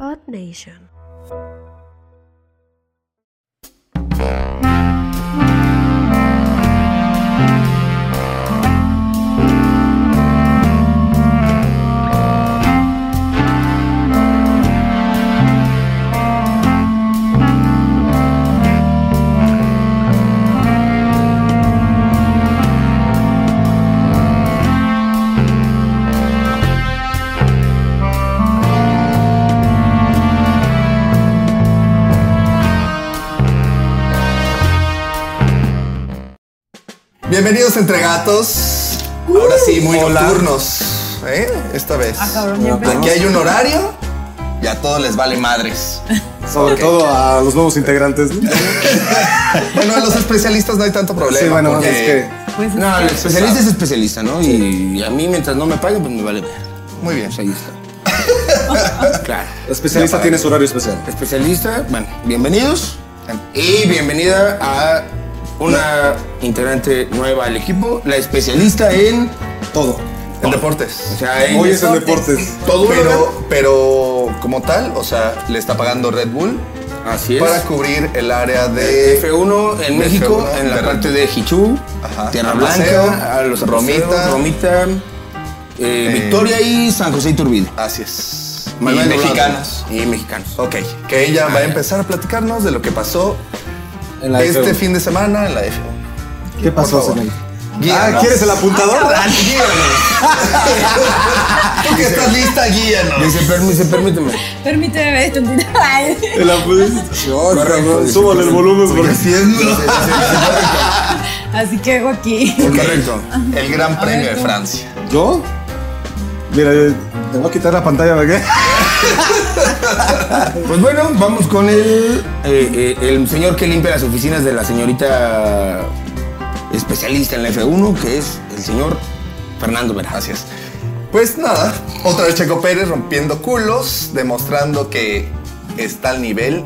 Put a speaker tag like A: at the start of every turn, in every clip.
A: Earth Nation.
B: Bienvenidos entre gatos. Ahora sí, muy nocturnos. ¿eh? Esta vez.
C: Ah, cabrón, ya
D: Pero
C: empezó.
B: Aquí hay un horario y a todos les vale madres.
D: Sobre
B: Ok.
D: todo a los nuevos integrantes. ¿no?
B: Bueno, a los especialistas no hay tanto problema.
D: Sí, bueno,
B: porque-
D: es que.
C: Pues,
B: Ah,
E: No, el especialista es especialista, ¿no? Y a mí, mientras no me paguen, pues me vale ver.
B: Muy bien.
E: Pues ahí está. claro.
D: El especialista tiene su horario especial.
E: Especialista, bueno, bienvenidos. Y bienvenida a una integrante nueva al equipo, la especialista en.
D: Todo.
B: En deportes.
E: O sea, en.
D: Hoy es en deportes.
E: todo pero.
B: Pero, pero como tal, o sea, le está pagando Red Bull
E: Así es.
B: para cubrir el área de
E: F1 en México,
B: F1,
E: en la
B: de-
E: parte de Hichú,
B: Ajá.
E: Tierra
B: Paseo,
E: Blanca, a los
B: Romita.
E: Romita, Romita eh, Victoria y San José Iturbide.
B: Así es. Y
E: Manuel Doblado.
B: mexicanos.
E: Y mexicanos.
B: Ok, que ella va a empezar a platicarnos de lo que pasó
D: En Ah. la
B: este
D: F1.
B: fin de semana en la F1.
D: ¿Qué pasó,
B: favor.
D: Zenay?
B: Guíanos.
D: Ah, ¿quieres el apuntador?
B: Tú que estás lista, guíanos.
E: Dice, permíteme, permíteme.
C: Permíteme, tontita. Ay.
D: El apuntador.
E: Correcto,
D: cabrón.
E: dice.
D: Súbale el
B: Pues
D: volumen porque sí es.
C: Así que hago aquí.
E: Correcto.
B: El Gran Premio de Francia.
D: ¿Yo? Mira, te voy a quitar la pantalla, ¿verdad?
E: Pues bueno, vamos con el, eh, eh, el señor que limpia las oficinas de la señorita especialista en la F1, que es el señor Fernando Vera.
B: Así es. Pues nada, otra vez Checo Pérez rompiendo culos, demostrando que está al nivel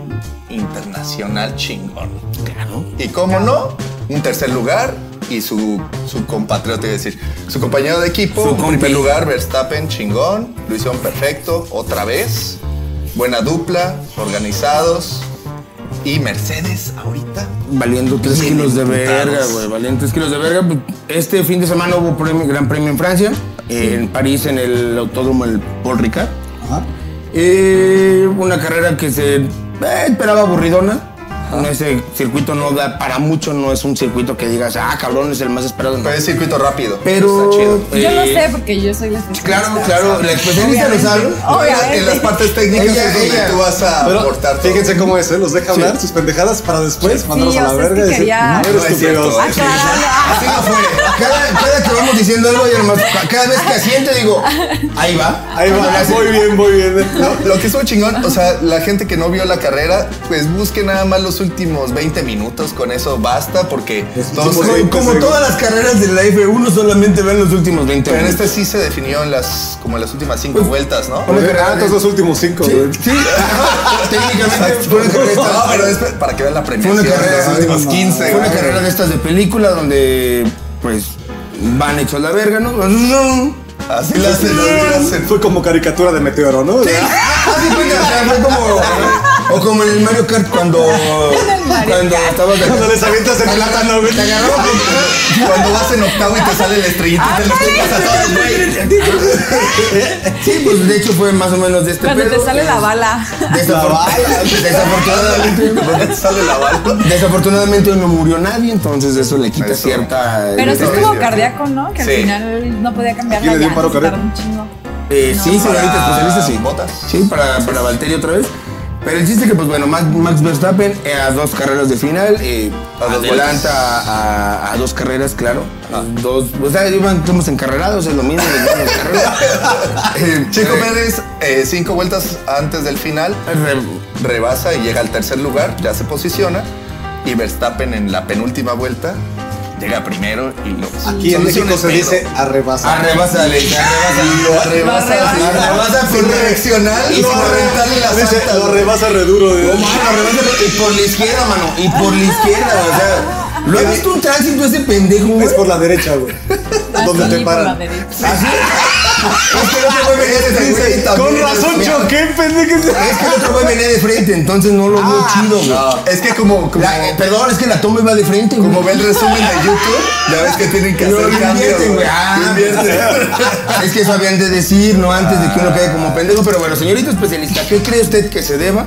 B: internacional chingón.
E: Claro.
B: Y cómo no, un tercer lugar y su, su compatriota, iba a decir, su compañero de equipo,
E: Su
B: en
E: compi.
B: primer lugar, Verstappen, chingón, lo hicieron perfecto, otra vez, buena dupla, organizados, y Mercedes ahorita.
E: Valiendo tres
B: Bien
E: kilos de
B: imputados.
E: verga, güey. Valiendo tres kilos de verga. Pues, Este fin de semana hubo premio- gran premio en Francia, en París, en el autódromo el Paul Ricard.
D: Ajá.
E: Eh, una carrera que se eh, esperaba aburridona. No, Ese circuito no da para mucho, no es un circuito que digas, ah, cabrón, es el más esperado. no.
B: Pero es circuito rápido.
E: Pero-
B: Está chido.
C: Yo no
E: Eh,
C: sé porque yo soy la especialista.
E: Claro, claro, la especialista lo sabe.
C: Obviamente.
B: No, en la- en las partes técnicas
E: Ella-
B: es donde
E: ella.
B: tú vas a
D: Pero
B: aportar todo.
D: fíjense cómo es, ¿eh? Los deja hablar
E: Sí.
D: sus pendejadas para después mandarlos
C: o
D: a la
C: sea, es que
D: verga y decir,
C: quería-
D: no eres
B: No es cierto, eh".
D: estúpidos".
B: es cierto.
C: Aclararlo.
E: Así no fue. Cada, cada que vamos diciendo algo, yo nomás- cada vez que asiento digo, ahí va.
D: Ahí
E: Cuando le
D: va,
E: hace-
D: muy bien, muy bien. ¿eh?
B: No, lo que estuvo chingón, o sea, la gente que no vio la carrera, pues busque nada más los últimos 20 minutos, con eso basta, porque
D: Los
B: todos
D: últimos
B: se-
E: Como, como todas las carreras de la F1 solamente ven los últimos 20
B: Pero en
E: minutos.
B: este sí se definió en las, como en las últimas cinco vueltas, ¿no?
E: Pues,
D: Ah,
E: Una carrera de-
D: estos dos últimos cinco, güey.
E: Sí, técnicamente
B: Fue una carrera- No, pero es para que vean la
E: Fue
B: premiación
E: una
B: de los
E: carrera,
B: últimos 15.
E: Fue una
B: güey.
E: carrera de estas de película donde, pues, van hechos la verga, ¿no?
B: Así la hacen, así la hacen.
D: Fue como caricatura de meteoro, ¿no?
E: Así fue, o sea, fue como. O como en el Mario Kart cuando. Cuando estabas de
D: Cuando les avientas el plátano, güey.
B: Cuando vas en octavo y te sale la estrellita y te lo explicas a todos, güey.
E: Sí, pues de hecho fue más o menos de este
C: Cuando
E: pedo.
C: te sale la bala.
E: Desafor- Desafortunadamente.
B: ¿Por qué te sale la bala?
E: Desafortunadamente no murió nadie, entonces eso le quita
B: Eso.
E: cierta.
C: Pero sí
B: Eso es
C: estuvo
B: cierto.
C: cardíaco, ¿no? Que al
B: Sí.
C: final no podía cambiar
D: ¿Quién
C: la
D: le dio un paro
C: llanta, se tardó
D: cardíaco?
C: un chingo.
E: Eh, sí,
C: No.
E: señorita especialista, sí.
B: Botas.
E: Sí, para, para Valtteri otra vez. Pero el chiste que, pues bueno, Max, Max Verstappen eh, a dos carreras de final, eh,
B: A dos vueltas.
E: adelanta a, a- a dos carreras, claro. A dos, o sea, iban, estamos encarrerados, es lo mismo. les vamos de carrera. Eh,
B: Checo
E: eh,
B: Pérez, eh, cinco vueltas antes del final,
E: re-
B: rebasa y llega al tercer lugar, ya se posiciona. Y Verstappen en la penúltima vuelta llega primero y lo.
D: Aquí en
B: soluciona
D: México
B: el
D: se
B: pedo.
D: dice arrebasa.
E: Arrebasa, le dice, arrebasa.
B: Lo arrebasa,
C: Lo
B: sí,
E: arrebasa.
B: arrebasa con direccional y
D: Lo
B: sin aventarle la
D: arrebasa. Ah, Dice,
B: santa,
D: lo
B: güey.
D: rebasa reduro.
E: No, mano, arrebasa y por la izquierda, mano. Y por la izquierda, o sea. Lo he visto un tránsito ese pendejo, güey.
D: Es por la derecha, güey.
C: Así,
D: Donde te
C: por la
D: paran.
C: derecha.
E: Así. Es que el otro Este güey venía de frente.
D: Con razón
E: Mira, Este
D: choqué, pendejo.
E: Es que el otro güey venía de frente, entonces no lo
D: Ah.
E: vio chido, güey.
B: Ah, No, es que como, como,
E: La- eh, perdón, es que la toma iba de frente, güey.
B: como ve el resumen de YouTube, ya ves que tienen que
E: Pero
B: hacer
E: le invierten,
B: cambios.
E: güey. Ah.
B: Le invierten.
E: Es que eso habían de decir, no antes de que uno quede como pendejo. Pero bueno, señorito especialista, ¿qué cree usted que se deba?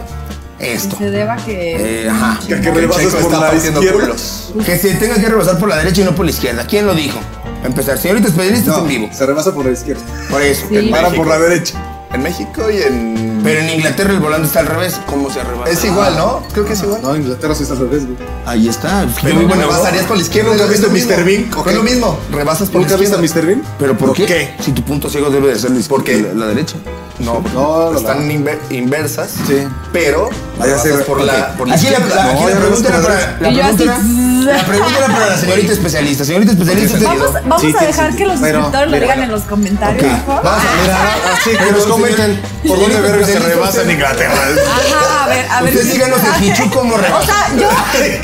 E: Esto.
C: Se deba que.
E: Eh, ajá.
D: Que
B: Que el
D: rebases
B: Checo
D: por
B: está
D: la
B: partiendo
D: izquierda.
B: culos.
E: Que se tenga que rebasar por la derecha y no por la izquierda. ¿Quién lo dijo? Para empezar, señorito especialista
D: No,
E: en vivo.
D: se rebasa por la izquierda.
E: Por eso.
C: Sí.
E: que-
D: Para por la derecha.
B: En México y en...
E: Pero en Inglaterra el volante está al revés. ¿Cómo se rebasa?
B: Es igual, ¿no? Creo que es igual.
D: No, Inglaterra sí está al revés, güey.
E: Ahí está.
B: Pero
E: Yo vivo en
B: bueno, rebasarías
E: Europa.
B: por la izquierda.
D: ¿Nunca
B: es
D: has
B: lo
D: visto
B: mismo.
D: Mr. Bean? ¿O
B: Es
D: qué?
B: lo mismo. Rebasas por
D: ¿Nunca
B: la
D: viste a
B: izquierda.
D: Mr. Bean?
E: ¿Pero por, qué?
D: qué?
E: Si tu punto ciego debe de ser la izquierda.
B: ¿Por qué?
E: La, la derecha. No, Ah,
D: No, la-
B: Están inver- inversas.
D: Sí.
B: Pero
D: Vaya
B: rebasas
D: a ser-
B: por la, por la
E: Aquí la,
B: izquierda.
E: la- aquí
D: No,
E: la
D: ya
E: pregunta
D: vemos
E: era
D: por
E: para
D: la-
E: la
C: Y yo
E: pregunta era-
C: así-
E: la pregunta era para la señorita especialista. Señorita especialista, usted
C: Vamos,
E: dijo.
C: vamos
D: Sí,
C: a
D: sí,
C: dejar
D: sí.
C: que los
D: Bueno,
C: suscriptores lo
D: mira,
C: digan
D: bueno.
C: en los comentarios,
E: Ok.
C: mejor.
D: Vamos a ver, ahora- así que nos comenten por dónde verga se rebasa en Inglaterra.
C: Ajá, a ver, a ver.
E: Ustedes díganos el Kichu cómo
C: O
E: rebasa.
C: sea, yo.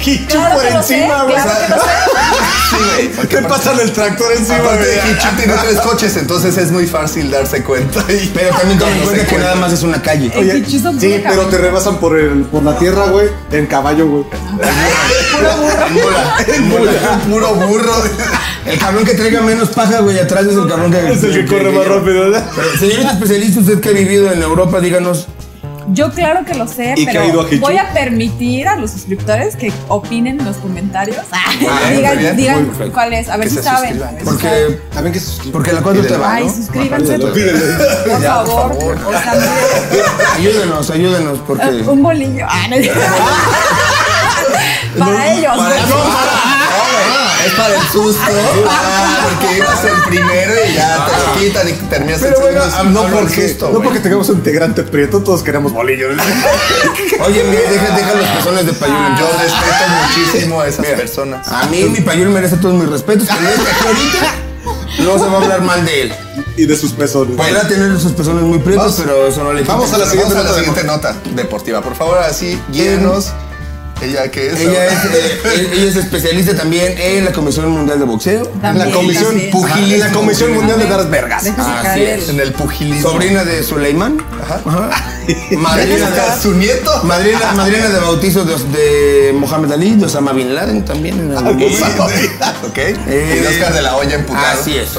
D: Kichu
C: Claro
D: por
C: que lo sé,
D: encima, güey.
C: claro que lo sé.
B: Sí, güey. porque
D: Te pasan el tractor encima,
B: Aparte de
D: güey.
B: Hitchcock tiene tres coches, entonces es muy fácil darse cuenta. Y...
E: Pero también tomen en
B: No se
E: cuenta que
B: cuenta.
E: nada más es una calle.
C: Oye, El Kichu es un
D: sí,
C: puro
D: pero
C: caballo.
D: te rebasan por, el, por la tierra, güey, en caballo, güey.
B: En bola, Puro burro.
E: El cabrón que traiga menos paja, güey, atrás es el cabrón que.
D: Es el que corre más
E: lleva.
D: rápido, ¿verdad?
E: Pero, señorita especialista, usted que ha vivido en Europa, díganos.
C: Yo claro que lo sé,
D: ¿Y qué ha ido
C: pero
D: a Kichu?
C: voy a permitir a los suscriptores que opinen en los comentarios.
B: Ah, bien,
C: digan
B: muy bien,
C: digan
B: muy
E: perfecto.
C: cuál es, a ver
B: Que
C: si
B: se
C: saben.
B: suscriban.
C: a ver si saben.
E: Porque,
D: También que sus
E: porque la cuatro te va,
C: Ay,
E: ¿no?
C: suscríbanse,
D: Pídelo,
C: por
D: pídelo.
C: favor. O sea, miren,
E: Eh, Ayúdenos, ayúdenos, porque.
C: Un bolillo. Ah, no es cierto. Para ellos.
B: Para
C: ¿no?
B: no,
E: Ah,
B: para- Es para el susto. Ah, Porque ibas el primero y ya te
E: Ah.
B: lo quitan y terminas el
D: Pero bueno,
B: segundo.
D: ah, no
B: Hablo del
D: porque,
B: susto,
D: no
B: güey.
D: porque tengamos un integrante prieto, todos queremos bolillos.
E: Oye, me deja, deja los pezones de payul.
B: Yo
E: Yo
B: respeto muchísimo a esas personas.
E: A mí mi payul merece todos mis respetos. Que no esté aquí ahorita no se va a hablar mal de él.
D: y de sus pesos.
E: Podrá tener sus personas muy prietos, pero eso no le quita.
D: Vamos a la
B: Vamos
D: siguiente
B: a la
D: nota.
B: siguiente nota deportiva. Por favor, así, guíenos. Ella que es.
E: Ella es, eh, eh, ella es especialista también en la Comisión Mundial de Boxeo.
D: En la
C: También,
D: Comisión
C: también.
D: Pugil- en la Comisión Mundial de
C: Déjame-
D: Dar Vergas.
C: déjame
E: Así
C: caer
E: es.
B: En el pugilismo.
E: Sobrina de Suleimán.
B: Ajá.
E: Madrina
B: ¿Es
E: de...
B: su nieto?
E: Madrina, madrina de bautizo de, de Mohamed Ali, de Osama Bin Laden también. En
D: Ah,
E: algún
B: Sí,
E: momento.
B: ok.
D: Eh,
B: Y de Oscar de la Hoya emputado.
E: Así es.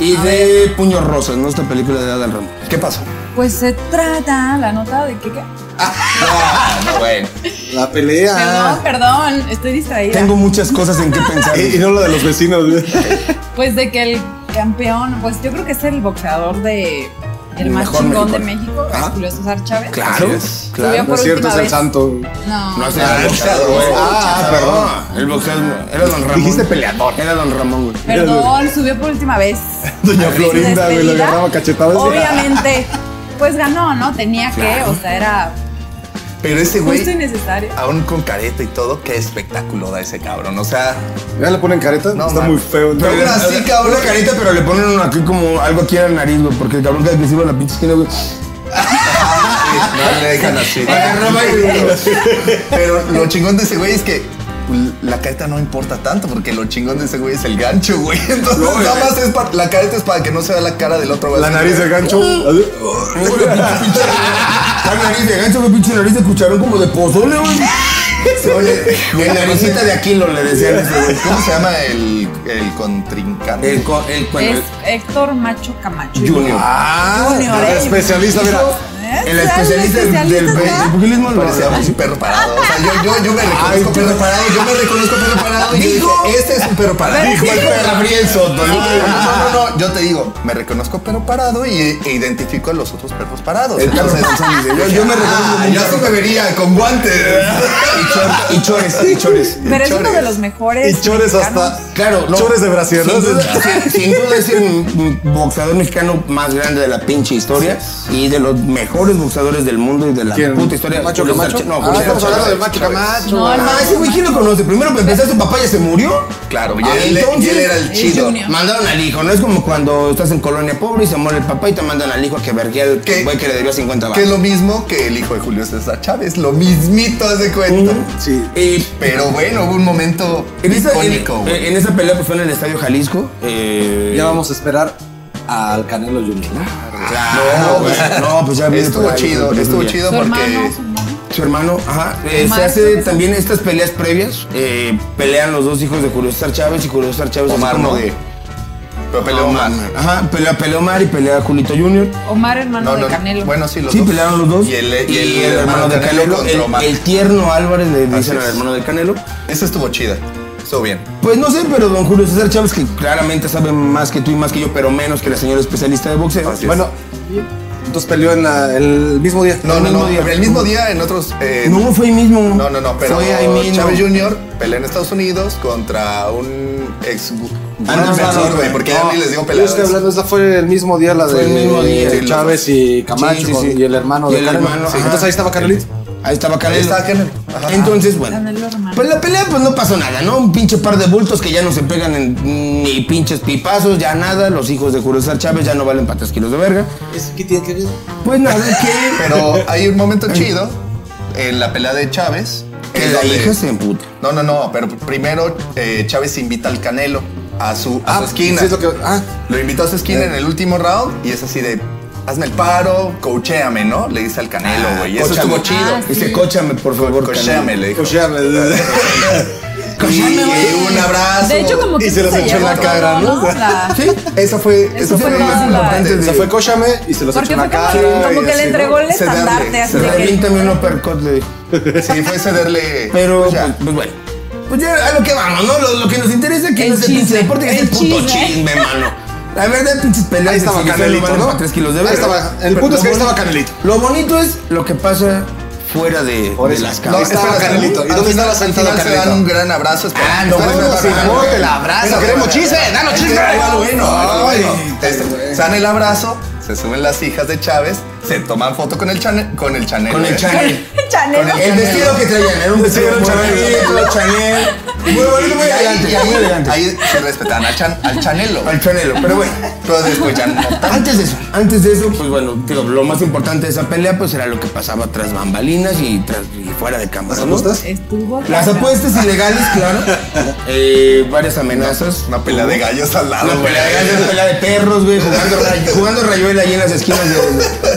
E: Y de Puños Rosas, ¿no? Esta película de Adal Ramón.
B: ¿Qué pasó?
C: Pues se trata la nota de que qué.
B: Ah, no, bueno.
D: La pelea.
C: Perdón, perdón, estoy distraída.
E: Tengo muchas cosas en que pensar.
D: Y, y no la de los vecinos. güey.
C: Pues de que el campeón, pues yo creo que es el boxeador de el
E: El
C: más
E: mejor
C: chingón de
E: mexicano.
C: México,
E: Ajá.
C: es Julio César Chávez.
E: Claro,
B: Así es.
E: claro.
D: No es cierto, es el
C: vez.
D: santo.
C: No.
E: No es
B: Ah,
E: el
B: el
E: boxeador,
B: boxeador.
E: güey.
D: Ah,
E: perdón. El boxeador era Don Ramón.
D: Dijiste peleador.
E: Era Don Ramón, güey.
C: Perdón, subió por última vez.
D: Doña
C: Su
D: Florinda, güey, lo
C: despedida.
D: agarraba cachetadas.
C: Obviamente, pues ganó, ¿no? Tenía que,
E: Claro.
C: o sea, era
B: Pero ese
C: justo y
B: güey, Ah,
C: necesario.
B: aún con careta y todo, qué espectáculo da ese cabrón. O sea,
D: Ya le ponen careta.
B: No,
D: Está
B: man.
D: muy feo. ¿no?
E: Pero
B: Pero
E: una,
B: así,
E: una-
B: cabrón.
E: una carita, pero le ponen una aquí como algo aquí a la nariz, güey, porque el cabrón que le hicieron la pinche esquina, güey.
B: no le dejan así.
E: Agarraba y-
B: Pero lo chingón de ese güey es que la careta no importa tanto porque lo chingón de ese güey es el gancho, güey. Entonces
E: No,
B: nada
E: güey.
B: más es para la careta es para que no se vea la cara del otro güey.
D: La
B: Así,
D: nariz del gancho.
E: Mm,
D: así.
E: La nariz de gancho, güey, pinche nariz de cucharón como de pozole, güey.
B: Oye,
E: Y
B: güey,
E: la naricita de Aquilo le decían a ese güey.
B: ¿Cómo se llama el, el contrincante?
E: El, co- el, bueno,
C: Es Héctor Macho Camacho.
E: el Junior.
D: Ah,
C: Junior,
D: el
C: ¿eh?
D: especialista, mira.
C: ¿Eh?
E: el
C: O sea,
E: especialista del, del,
C: especialista
E: del
C: está-
E: pugilismo lo
B: Parecía un perro parado. O sea, yo, yo, yo me reconozco perro parado, yo me reconozco perro parado. Y yo dije,
E: Dijo-
B: este es un perro parado.
C: Dijo el
B: Gabriel Soto. No, no, no, no, yo te digo, me reconozco perro parado y e identifico a los otros perros parados.
E: El Carlos
B: Entonces,
E: González, yo, yo me reconozco
B: ah,
E: mucho.
B: ya se me vería con guantes.
E: Y chores, y chores.
C: Pero es uno de
B: Chores.
C: los mejores.
D: Y chores
C: mexicanos.
D: hasta.
E: Claro, no.
D: Chores de Brasil.
E: Sin
D: ¿no?
E: duda, sin- sin duda es el m- boxeador mexicano más grande de la pinche historia y de los mejores boxeadores del mundo y de la
D: ¿Quién?
E: puta historia.
D: ¿Macho
E: Julio
D: Camacho?
E: Sarche- No,
D: Ah,
E: Julio
D: estamos
E: Sarche-
D: hablando del
E: Sarche-
D: Macho Camacho.
C: No,
E: Ah,
C: no,
E: ese güey, ¿quién lo conoce? Primero para empezar, su papá ya se murió.
B: Claro, y
E: Ah,
B: él, y él era el
C: El
B: chido.
C: Junior.
E: Mandaron al hijo, no es como cuando estás en colonia pobre y se muere el papá y te mandan al hijo a que verguea al
B: ¿Qué?
E: güey que le debió 50
B: Que es
E: balas.
B: lo mismo que el hijo de Julio César Chávez, lo mismito hace cuenta.
D: Sí.
E: Y
B: Pero bueno, hubo un momento
E: en esa, pues, en-
B: icónico. güey.
E: en esa pelea que fue en el Estadio Jalisco, eh,
D: Ya vamos a esperar
A: al Canelo Junior.
E: Claro, güey. No, pues ya viene
B: Ah, Estuvo
E: por ahí,
B: chido,
E: güey,
B: estuvo
E: ya.
B: chido
C: Su hermano,
B: porque.
C: su hermano.
E: Su hermano, ajá. Eh, se
C: Omar,
E: hace
C: ¿sí?
E: también estas peleas previas. eh, pelean los dos hijos de Julio César Chávez y Julio César Chávez. así
B: Omar
E: Pues como-
B: no de. Pero peleó Omar.
E: Ajá, pelea, pelea Omar y pelea Julito Junior.
C: Omar, hermano
B: No, no,
C: de Canelo.
B: Bueno, sí, los
E: Sí,
B: dos.
E: pelearon los dos.
B: Y el, y el
E: hermano de Canelo,
B: contra Omar.
E: el, el tierno Álvarez le
B: Así
E: dicen al
B: es.
E: hermano de Canelo.
B: Esa estuvo chida. Estuvo bien.
E: Pues no sé, pero don Julio César Chávez, que claramente sabe más que tú y más que yo, pero menos que la señora especialista de boxeo.
B: Así es.
A: Bueno, entonces peleó en la- el mismo día.
B: No,
E: el
B: no,
E: mismo
B: no.
E: día.
B: El mismo día en otros. eh,
E: no fue ahí mismo.
B: No, no, no, pero
E: fue ahí mismo.
B: Chávez Jr. pelea en Estados Unidos contra un ex
E: Ah, no,
B: un defensor,
E: no,
B: güey, porque ya
E: no.
B: ni les digo
A: Yo estoy
B: peleadores.
A: hablando, esa fue el mismo día la
E: Fue
A: de
E: el mismo día.
A: de Chávez y Camacho
E: Sí, sí, sí.
A: y el hermano
E: Y
A: de
E: el
A: Canelo.
E: hermano,
A: Sí.
E: ajá.
A: Entonces ahí estaba Canelito.
E: Ahí estaba Canelo.
B: Ahí estaba Canelo. Ajá.
E: Entonces, bueno.
C: Canelo, hermano.
E: Pues la pelea, pues no pasó nada, ¿no? Un pinche par de bultos que ya no se pegan en ni pinches pipazos, ya nada. Los hijos de Julio César Chávez ya no valen patas kilos de verga.
A: ¿Qué tiene que ver?
E: Pues nada, que.
B: Pero hay un momento chido en la pelea de Chávez.
E: que
B: en
E: la
B: donde-
E: hija se emputa.
B: No, no, no, pero primero eh, Chávez invita al Canelo a su,
E: Ah,
B: a su esquina.
A: Sí, es lo que. Ah,
B: Lo invitó a su
E: Eh.
B: esquina en el último round y es así de, hazme el paro, coachéame, ¿no? Le dice al Canelo,
E: Ah,
B: güey. y eso
E: coachame.
B: estuvo chido.
C: Ah, sí.
E: Dice, cóchame, por favor,
B: Coachéame,
E: Canelo".
B: le dijo.
A: o sea,
B: Y,
E: Coachéame,
B: y
E: güey.
B: un abrazo.
C: Ah, de hecho, como que
A: y se
C: eso
A: los echó en
C: llevó
A: la cara,
C: todo,
A: ¿no?
C: La-
E: Sí,
B: Esa fue,
C: Eso
B: esa fue
C: fue
B: lo más
C: toda la-
B: importante.
A: se
B: de-
A: fue Cóchame y se los
C: Porque
A: echó en la
C: fue como-
A: cara.
C: como
A: y
C: que le
A: así,
C: entregó el
A: ¿no?
B: Se darle,
C: estandarte, así
B: se
C: de que-
E: reviéntame un uppercut, le dijo.
B: Sí, fue cederle.
E: Pero,
B: pues, ya.
E: pues, pues, bueno. Pues ya a lo que vamos, ¿no? Lo, lo que nos interesa es que
C: El
E: no es el
C: chisme,
E: pinche deporte, que es el
C: el
E: puto
C: chisme.
E: chisme, mano. La verdad, pinches peleas.
A: Ahí estaba
E: de siglo
A: Canelito,
E: valen
A: ¿no?
E: pa' tres kilos de
A: Ahí
E: verga.
A: estaba- el
E: Pero
A: punto es que
E: lo
A: ahí estaba
E: boni-
A: Canelito.
E: Lo bonito es lo que pasa fuera de,
A: Por
E: eh, de
A: eso.
E: las
A: No,
B: No,
A: Ahí
E: cámaras.
A: estaba
B: espera,
A: Canelito.
B: al
A: ¿Y dónde
B: final-
A: estaba
B: al
A: sentado
B: final Se
A: Canelito?
B: dan un gran abrazo. espera.
E: Ah, no,
B: Espera,
E: bueno,
B: espera,
E: sí,
B: espera,
A: no,
B: espera.
A: te la abrazo,
B: Espera,
A: queremos
B: espera,
A: chisme,
B: espera.
A: danos
B: Es que
A: chisme.
B: ahí va lo bueno, ahí va lo
A: Ay,
B: bueno.
A: ay,
B: Este,
A: güey.
B: Se dan el abrazo, se suben las hijas de Chávez, se toman foto con el Chanel. Con el Chanel.
E: Con el
B: güey.
E: Chanel.
C: Chanel.
B: Con
E: El vestido que traían era un vestido
A: Vestido
E: muy
A: Chanel.
E: bonito, Chanel. Muy bonito, muy
B: Y ahí-
E: elegante,
B: y ahí-
E: muy elegante.
B: Ahí se respetan al, Chan- al Chanelo.
E: Al Chanelo, pero bueno.
B: Todos escuchan.
E: Antes de eso, antes de eso, pues bueno, digo, lo más importante de esa pelea pues era lo que pasaba tras bambalinas y, tras, y fuera de cámara.
A: ¿Las
E: ¿no?
A: apuestas?
C: Estuvo.
E: Las
C: cabrón.
E: apuestas ilegales, claro. Eh, varias amenazas.
B: Una pelea de gallos al lado.
E: Una
B: güey.
E: pelea de gallos, una pelea de perros, güey, jugando, ray- jugando rayuela ahí en las esquinas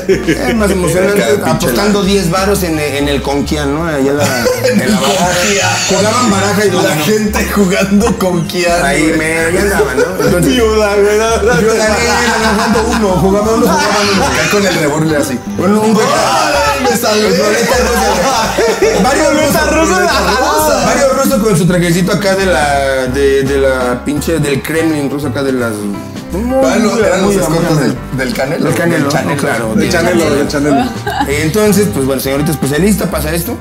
E: de. Es más emocionante.
B: Cada pinche
E: Apostando 10 varos en, en el Conquian, ¿no? Allá la, en la baraja. Jugaban baraja y
B: La
E: la gente.
B: gente jugando con Kian.
E: Ahí
B: güey.
E: me ahí andaban, ¿no? Entonces,
A: Viuda, güey. no, no,
E: yo
A: no.
E: gané, ganando uno, jugaba uno, jugaba uno.
B: Acá Con el revólver así.
E: Bueno, un gol.
B: ¡Ay, me salvé!
E: Ruleta rusa. Varios rusos,
A: rusa,
E: ruleta rusa. Varios rusos con su trajecito acá de la, de, de la pinche del Kremlin ruso acá de las.
B: Ah, no, eran los
E: Muy
B: escoltas
E: amable.
B: del, del Canelo.
E: Del Canelo,
B: Del
E: no, claro.
A: El Chanelo, el Chanelo.
E: Eh, Entonces, pues bueno, señorita especialista, pasa esto.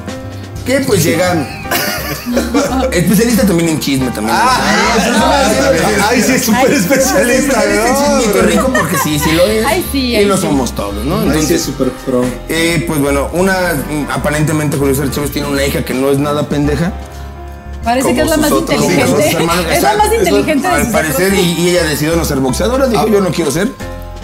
E: Que pues llegan. especialista también en chisme también.
A: Ah,
E: Ah,
A: Ay, Ah, sí, es súper
C: Ay,
A: especialista,
E: especialista en
A: ¿no?
E: chismito rico porque sí, sí lo es.
C: Ay, sí,
E: y
C: ay,
E: lo
C: sí.
E: somos todos, ¿no?
A: Ay, sí,
E: Entonces,
A: es súper pro.
E: eh, pues bueno, una mm, aparentemente Julio César Chávez tiene una hija que no es nada pendeja.
C: Parece que es la
B: Como
C: más
B: sus otros
E: Como
C: inteligente.
E: sus hermanos,
C: Es la
E: exacto.
C: más inteligente de
E: Al
C: sus
E: parecer,
C: otros.
E: y, y ella decidió no ser boxeadora,
A: Ah.
E: dijo, yo no quiero ser.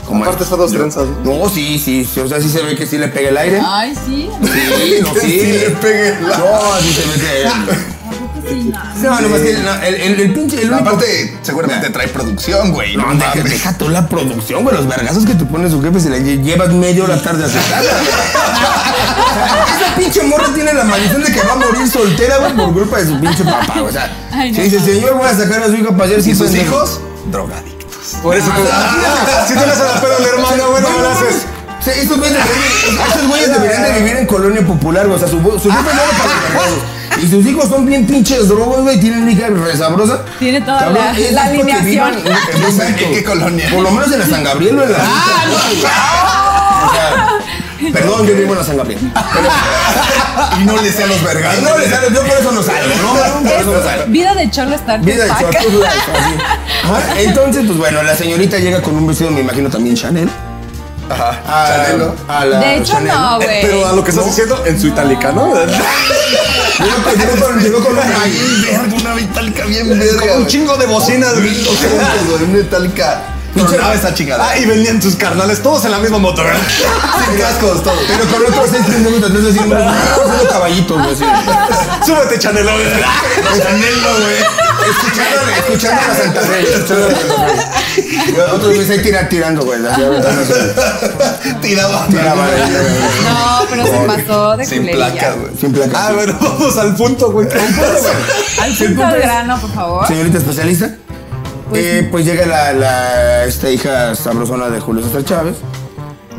E: Como
A: Aparte está dos trenzas, ¿no?
E: No, sí, sí, sí, o sea, sí se ve que sí le pega el aire.
A: Ah.
C: Ay, sí.
E: Sí, no, sí.
B: Sí, le pegué la-
E: No, sí se ve que...
C: ¿A poco sí? No.
E: No, nomás que no, el, el, el pinche, el único-
B: Aparte, seguramente trae producción, güey.
E: No, deja,
B: mames.
E: deja tú la producción, güey. Los vergazos que te pones su jefe se la lle- llevas media hora tarde a su casa. güey. Esa pinche morra tiene la maldición de que va a morir soltera, güey, por culpa de su pinche papá, güey. O sea,
C: Ay, no
E: se dice,
C: mames.
E: señor, voy a sacar a su hija para hacer
B: ¿Y
E: si
B: sus hijos? Drogadictos.
A: Por eso. Si te vas a la pelo al hermano, bueno,
E: Ah, No, no,
A: gracias.
E: mames. Sí, estos güeyes deberían, estos güeyes deberían de vivir en colonia popular, güey. O sea, su, su jefe no lo paga, güey. Y sus hijos son bien pinches drogos, güey. Tienen hija resabrosa.
C: Tiene toda
E: Cabrón,
C: la-
E: es
C: la
E: porque
C: alineación.
E: vivan-
B: Exacto. ¿En qué colonia?
E: Por lo menos en la San Gabriel o en la. ¡Ah, O sea, perdón, yo vivo en la San Gabriel.
B: Y no le sé a los vergas.
E: No, les salgo, yo por eso no salgo, ¿no? Por eso no salgo.
C: Vida de Cholo está
E: Vida de Chuaco, vida de Chuaco, así. Ajá, Entonces, pues bueno, la señorita llega con un vestido, me imagino también Chanel.
B: Ajá.
E: a-
B: Chanelo.
E: a la
C: De hecho,
E: Chanel. Eh,
C: no, güey.
A: Pero a lo que estás diciendo, en su itálica, ¿no?
E: Llegó con- llegó con- llegó con un
B: Ay, verga, una vitalca bien verga.
A: Como un
B: güey.
A: chingo de bocinas. güey.
B: Mil doscientos, güey, Una vitalca. Tronaba esa chingada.
A: Ah, y venían tus carnales todos en la misma moto, ¿verdad?
E: Pues,
C: Ah,
B: Sin cascos, todo.
E: Pero con otros seis centímetros, no sé si un un caballito, güey. así. este
A: Súbete, Chanelo. güey.
B: Este Chanelo, güey.
E: Escuchando, escuchando la Santa Fe. escuchando la Santa Fe. Otros veces ahí tira- tirando, güey. así,
B: Tiraba.
E: Tiraba.
C: No, pero se pasó de
B: Sin
C: culerilla.
B: placa, güey.
E: Sin placa.
A: Ah, bueno, vamos al punto, güey.
C: Al punto del grano, por favor.
E: Señorita especialista. eh, pues llega la, la- esta hija sabrosona de Julio César Chávez.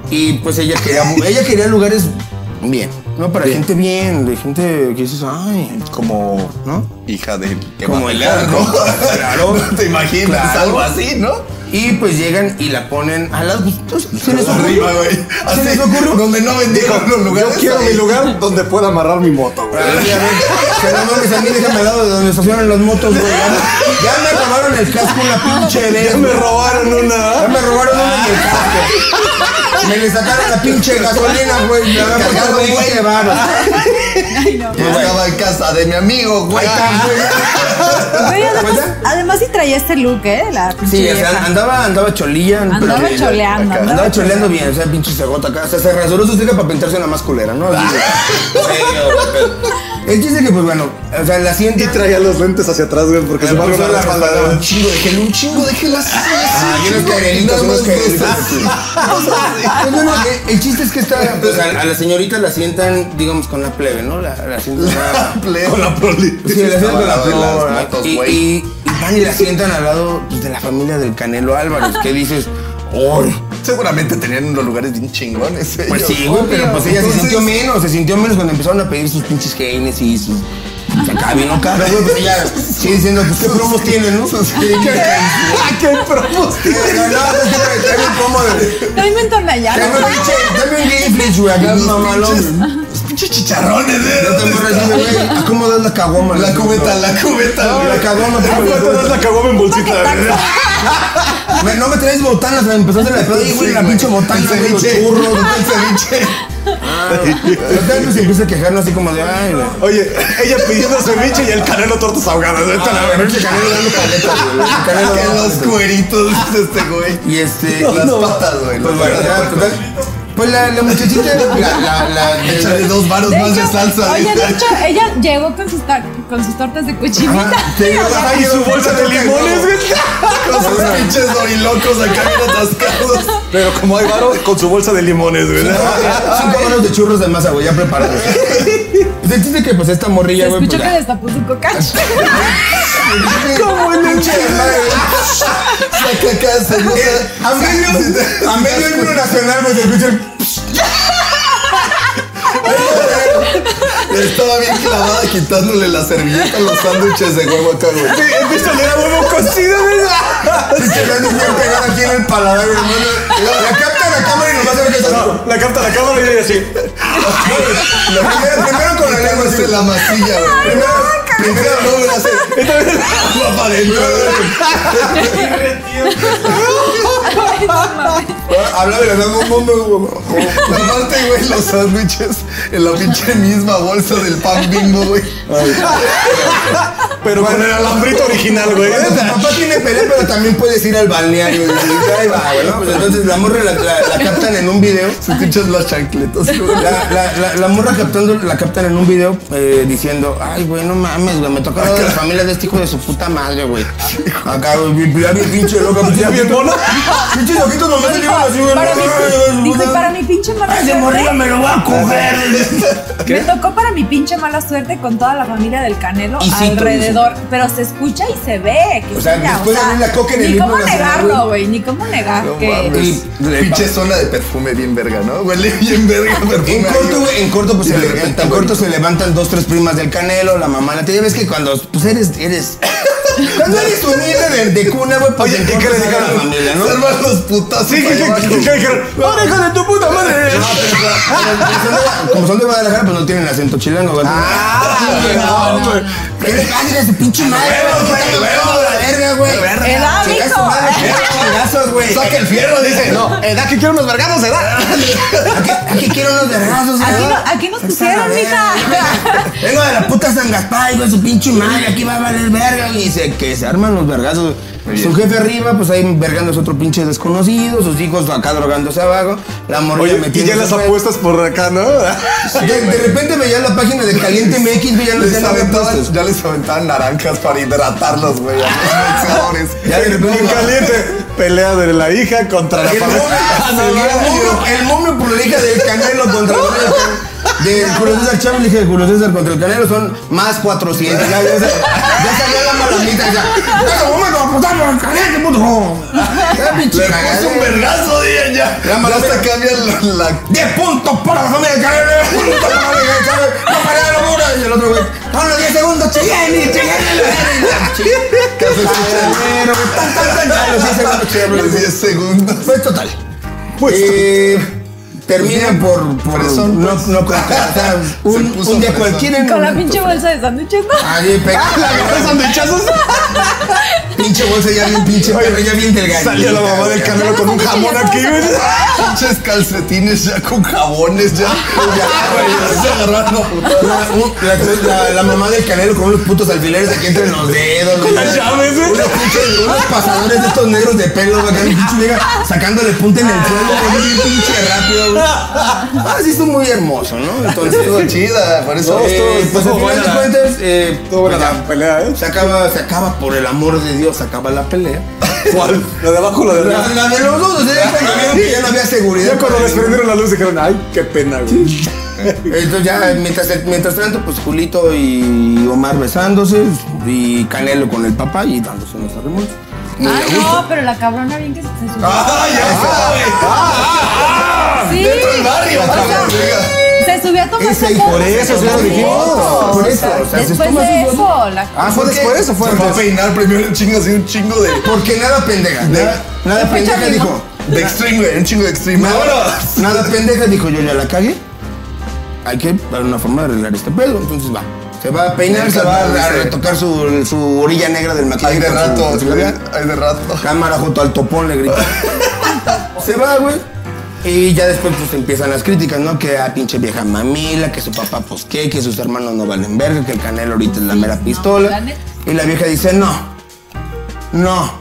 E: Y pues ella quería, ella quería lugares bien, ¿no? Para gente bien, de gente que dices, ay,
B: Como
E: ¿no?
B: hija de
E: Como el
B: evangélica, ¿no?
E: Claro.
B: No te imaginas
E: Claro.
B: algo así, ¿no?
E: Y pues llegan y la ponen a las. Se les ocurrió.
B: Arriba, güey. Así,
E: les ocurrió?
B: donde no vendieron los lugares.
A: Yo quiero
B: ahí.
A: mi lugar donde pueda amarrar mi moto, güey.
E: Que no mames, a mí déjame al lado de donde estacionan las motos, güey. Ya, me- ya me robaron el casco una pinche vez.
A: Ya me robaron
E: Ya
A: una.
E: me robaron una y el casco. Me le sacaron la pinche gasolina, güey. Me habían
B: Cargado,
E: costado
B: güey.
E: 20 varos.
C: Ay, no.
B: Yo estaba en casa de mi amigo, güey.
E: Ahí está, güey.
C: Güey, además, además sí traía este look, ¿eh? La pinche
E: Sí, o
C: vieja.
E: sea, andaba, andaba cholilla.
C: Andaba
E: pero-
C: choleando,
E: Andaba,
C: andaba
E: choleando bien, o sea, pinche cegota acá. O sea, se rasuró su ceja para pintarse una más culera, ¿no? Así de- serio, güey, pero- El chiste que, pues bueno, o sea, la
A: Y
E: siente.
A: traía los lentes hacia atrás, güey, porque se va a
E: Porque
A: robar la
E: se la
A: espalda,
E: robaron.
A: güey.
B: Un chingo de gel, un chingo de gel así.
E: Ah, y unos caerelitos, unos caerelitos aquí. Pues bueno, el, el chiste es que está, pues, a, a la señorita la sientan, digamos, con la plebe, ¿no? La, la sientan a-
B: Con la proli.
E: Sí, la sientan
B: Estaba
E: con la
B: al lado de
E: plebe.
B: las
E: ¿no?
B: motos,
E: y,
B: güey.
E: y- y van y la sientan al lado pues, de la familia del Canelo Álvarez, que dices, ¡Uy!
B: Seguramente tenían unos lugares bien chingones.
E: Pues
B: ellos.
E: sí, güey, pero pues ella
B: Entonces-
E: se sintió menos, se sintió menos cuando empezaron a pedir sus pinches genes y sus. Se cabe, no cabe, güey, pues ella sigue diciendo, pues qué promos tiene, ¿no? Sus
A: ¡Qué promos!
E: No, no, es que traigo un promo de.
C: No inventan la llave.
E: Traigo un pinche, dame un gifle, güey, acá
B: Los pinches-
E: mamalón.
B: Los pinches chicharrones, eh.
E: Yo te
B: ¿Dónde
E: puedo
B: está?
E: decir, güey, ¿a ¿cómo das la Ah, cagoma?
B: La cubeta,
E: No,
B: la cubeta. güey.
E: La cagoma, por
A: ¿Cuánto das
E: favor.
A: la cagó en bolsita, güey?
E: Me- No me traes botanas, me empezaste la pedo y güey, la pinche botana,
B: El
E: güey, los
B: ceviche.
E: churros.
B: El ceviche.
E: Total, pues empieza a quejarnos así como de, ay, güey.
A: Oye, ella pidiendo ceviche y el canelo tortas ahogadas. Vete a la verga.
E: Pinche Canelo dando paletas, güey, Canelo
B: Que
E: dando
B: los
E: paletas.
B: cueritos de este güey.
E: Y este. y-
B: Las patas, güey.
E: Pues
B: los
E: bueno,
B: cueritos.
E: ya, total. Pues la, la muchachita, la, la, la,
B: Échale
E: de-
B: dos varos
C: De
B: más de
C: hecho,
B: salsa.
C: Oye, de
B: dice.
C: hecho, ella llegó con sus, tar- con sus tortas de cochinita.
E: Ajá, te-
A: Ajá, y su bolsa de limones, güey.
B: Con sus pinches dorilocos acá bien atascados.
A: Pero como hay varo, con su bolsa de limones, güey.
E: Cinco varos de churros de masa, güey, ya preparados. Pues el chiste es que pues esta
C: Se
E: morrilla, güey,
C: escuchó
E: pues,
C: que
E: ya-
C: destapó su coca.
E: ¿Cómo en un
B: Saca acá,
A: Eh,
B: se
E: A medio, a medio himno nacional, güey, se escucha el...
B: Estaba bien clavada quitándole la servilleta a los sándwiches de huevo acá, güey.
A: Empieza a leer a huevo cocido, güey.
E: Pinche grande fue pegar aquí en el paladar, güey, hermano. La, la capta la cámara y nomás se ve que está...
A: No, La capta la cámara y ella así.
E: Lo primero, primero con la lengua, así.
B: Quitándose la masilla, güey.
E: Primero, primero,
B: Primero no, hace. Va para adentro, güey.
C: Ay, no mames.
E: habla de la lengua, güey.
B: Aparte, güey, los sándwiches en la pinche misma bolsa del pan bimbo, güey.
A: Pero con el alambrito original, güey.
E: Bueno, tu papá tiene pelea, pero también puedes ir al balneario. Y ahí va, güey, ¿no? Pues entonces la morra la, la- la captan en un video.
B: Se escuchas las chancletas, güey.
E: La, la, la, la morra captando, la captan en un video eh, diciendo, ay, güey, no mames, güey, me toca la de la familia de este hijo de su puta madre, güey. Acá, güey, bien- ya bien pinche loca, pues, ya bien mona. Pinche loquito nomás le iban así, güey.
C: Para
E: ay,
C: mi,
E: güey,
C: dijo, "Y
E: puta".
C: para mi pinche mala
E: Ese morrillo
C: suerte.
E: me lo voy a coger.
C: Me tocó para mi pinche mala suerte con toda la familia del Canelo
E: Y sí, tú
C: alrededor. Pero se escucha y se ve. Que
E: O sea,
C: sí, ya,
E: después de abrir la coca en el
C: Ni
E: himno
C: cómo
E: nacional,
C: negarlo, güey. Ni cómo negar
B: No
C: que.
B: mames. Pinche zona de perfume bien verga, ¿no? Huele bien verga perfume.
E: En corto,
B: ahí,
E: güey, en corto, pues
B: Y
E: se
B: de
E: le-
B: repente,
E: en tan
B: güey.
E: corto se levantan dos, tres primas del canelo, la mamá la tía. Ves que cuando, pues eres, eres. Cuando eres un niño de, de cuna, güey, pues.
A: Oye,
E: en
A: ¿y qué
E: corto
A: le
E: sale
A: dijeron?
E: la familia, ¿no?
B: Se arman los putazos.
A: Sí, que
B: ahí abajo.
A: dijeron, ¡Ahora hijo de tu puta madre!
E: No, pero, pero, pero son de- como son de Guadalajara, pues no tienen acento chilango, güey.
A: Ah, no, güey.
E: ¿Qué le pasa a su pinche madre,
B: Huevo,
E: güey?
B: güey,
E: Quítame
B: huevo.
E: la verga, güey.
C: Edad,
E: Chinga su
C: mijo.
E: madre, qué chingazos, güey.
B: Saca el fierro, dice. No.
A: Edad que quiero unos vergados, edad.
E: Aquí, aquí quiero unos vergazos, güey.
C: Aquí, no- aquí nos pusieron, mija.
E: Vengo de la puta San Gaspar, hijo de su pinche madre, aquí va a valer verga. Y dice que se arman los vergazos. Su jefe arriba, pues ahí vergando es otro pinche desconocido, sus hijos acá drogándose abajo, la morrilla
A: Oye, y
E: metiendo.
A: ya las apuestas por acá, ¿no?
E: de, de repente veía la página de Caliente MX, veía los
B: Les
E: ya no había apuestas.
B: aventaban, ya les aventaban naranjas para hidratarlos, güey, a los boxeadores.
E: Ya de repente
A: Bien caliente.
D: Pelea de la hija contra la
E: El momio,
D: familia.
E: el momio por la hija del Canelo contra el Canelo. De Julio César Chávez, la hija de Julio César contra el Canelo son más 400. Ya, ya, se- ya salió la malamita. Ya, ¡Ese momio lo apuntaron al Canelo, qué puto! Ya, pinche
B: Le
E: cagada,
B: puso un
E: eh.
B: vergazo, dije ya.
E: Ya,
B: Ya
E: malamita.
B: hasta cambia la. la-
E: 10 puntos para la familia del Canelo, 10 puntos para la familia del Canelo. ¡No para la locura! Y el otro güey, ¡Son los 10 segundos, Cheyenne! ¡Cheyenne!
B: Casi
E: Pero, tan, tan, tan, tan, los 10 segundos, Cheyenne.
B: Los 10 segundos.
E: Pues total.
D: Pues,
E: Eh, termina por, por
B: Fresón,
E: no,
B: pues.
E: no contar. O sea,
B: Se
E: un,
B: puso
E: un día
B: fresón.
E: cualquiera. en
C: Con la
E: un-
C: pinche bolsa de sándwiches, ¿no?
E: Ahí pega. pinche bolsa ya bien pinche, pero ya bien delgada.
D: Salió la mamá del Canelo con un jamón aquí, güey.
B: Pinches calcetines ya con jabones ya. Ya, güey, ya se agarrando.
E: La, un- la, la- la mamá del canelo con unos putos alfileres aquí entre los dedos. güey.
D: las llaves, güey.
E: Unos pinches, unos pasadores de estos negros de pelo, güey. acá, pinche vieja sacándole punta en el suelo, güey, bien pinche rápido, güey. Ah, sí, estuvo muy hermoso, ¿no? Entonces,
B: Estuvo chida, por eso.
E: Eh,
D: estuvo-
E: pues
D: estuvo
E: al final
D: buena la-
E: de cuentas, eh,
D: Tuvo
E: pues,
D: la
E: ya,
D: pelea, ¿eh?
E: se acaba, se acaba, por el amor de Dios, se acaba la pelea.
D: ¿Cuál? ¿La de abajo o la de
E: La,
D: arriba?
E: la de los dos, ustedes cuando vieron que ya no había seguridad.
D: Ya cuando les prendieron la luz dijeron, ay, qué pena, güey.
E: Entonces ya, mientras, mientras tanto, pues Julito y Omar besándose y Canelo con el papá y dándose unos arremos. Muy
C: Ah,
E: a gusto.
C: no, pero la cabrona bien que se se subió.
B: ¡Ah,
C: sí.
B: ¡Dentro del barrio!
C: O sea, se subió a tomar
E: Ese, y
C: fotos
E: por eso, Pues sí,
C: con
E: lo
C: los
E: dijimos.
C: amigos.
E: Por eso, o sea, se
C: después
E: toma
C: de
E: sus
C: eso,
E: fotos.
C: la
E: Ah, fue
D: ¿Por
E: después
D: qué?
E: eso, fue
B: Se fue a
E: antes.
B: peinar primero un chingo así, un chingo de.
E: Porque nada pendeja.
B: De-
E: Nada, nada
C: de fecha
E: pendeja
C: misma.
E: dijo.
B: De extreme, güey, un chingo de extreme.
E: Nada,
B: ¡Vámonos!
E: nada pendeja dijo, yo ya la cagué. Hay que dar una forma de arreglar este pedo. Entonces va. Se va a peinar, se va a retocar su, su orilla negra del maquillaje.
B: Hay de
E: con su-
B: rato,
E: con su
B: güey,
E: labial.
B: hay de rato.
E: Cámara junto al topón le grita. Se va, güey. Y ya después pues empiezan las críticas, ¿no? Que a pinche vieja mamila, que su papá pues qué, que sus hermanos no valen verga, que el canelo ahorita es la mera
C: la
E: pistola.
C: neta.
E: Y la vieja dice, no, no,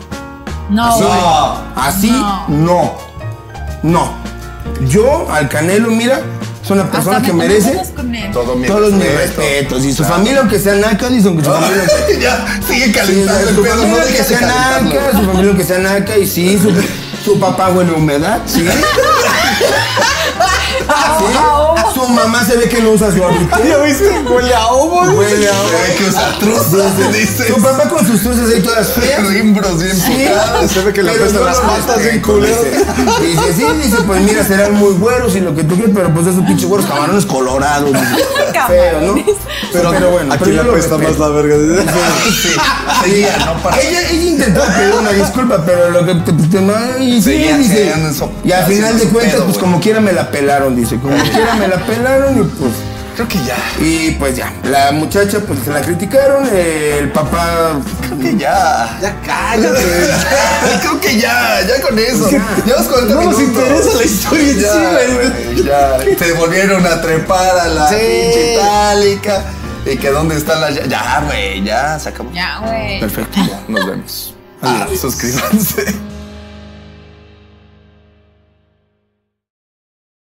C: No, Oh, güey.
E: así
C: No.
E: no, no. Yo al canelo, mira, es una persona
C: Hasta
E: que
C: me tomé
E: merece
C: fotos con él.
B: Todo mi
E: todos mis
B: respeto.
E: respetos. Y su familia, aunque sea naca, y su familia...
B: ya, sigue
E: Sí,
B: calentando el
E: su
B: pedo, no
E: familia que
B: dejes de
E: sea
B: calentarlo.
E: naca, su familia que sea naca, y sí, su, su papá huele a humedad, sí. Sí, Su mamá se ve que no usa su
D: ¿Ya viste? Huele a ovo, güey.
E: Huele a
B: Hay que usar trozos, se dice.
E: Su papá con sus truces ahí todas feas.
B: Rimbros bien picados.
D: Se ve que le
E: Pero
D: apestan
E: no
D: las
E: lo
D: patas
E: respeto,
D: bien culero.
E: Dice, Dice, sí, dice, pues mira, serán muy güeros y lo que tú quieras, pero pues esos pinches güeros camarones colorados. dice, Feo, ¿no?
C: Camarones.
E: Pero, pero bueno,
D: aquí
E: pero yo
D: la
E: lo
D: pesta
E: respeto.
D: más la verga.
B: Sí, seguía, no pasa
E: Ella, ella intentó pedir una disculpa, pero lo que te, te- te- no, y sí,
B: Sí, ya se
E: dice.
B: andan so-
E: y al final
B: haciendo
E: de
B: su
E: cuentas,
B: pedo,
E: pues
B: güey.
E: como quiera me la pelaron, dice. Como quiera me la pelaron y pues.
B: Creo que ya.
E: Y pues ya. La muchacha, pues se la criticaron. eh, El papá.
B: Creo que ya. Ya cállate. Creo que ya, ya con
E: pues,
B: eso. Llevas 40
D: No nos
B: minutos.
D: interesa la historia, sí,
B: Ya,
D: güey.
B: güey, ya. Te volvieron a trepar a la
D: Sí.
B: pinche itálica. Y que dónde están las. ll- Ya, güey, ya, Ah, se acabó.
C: Ya, güey.
E: Perfecto.
B: Nos vemos. Ah, suscríbanse.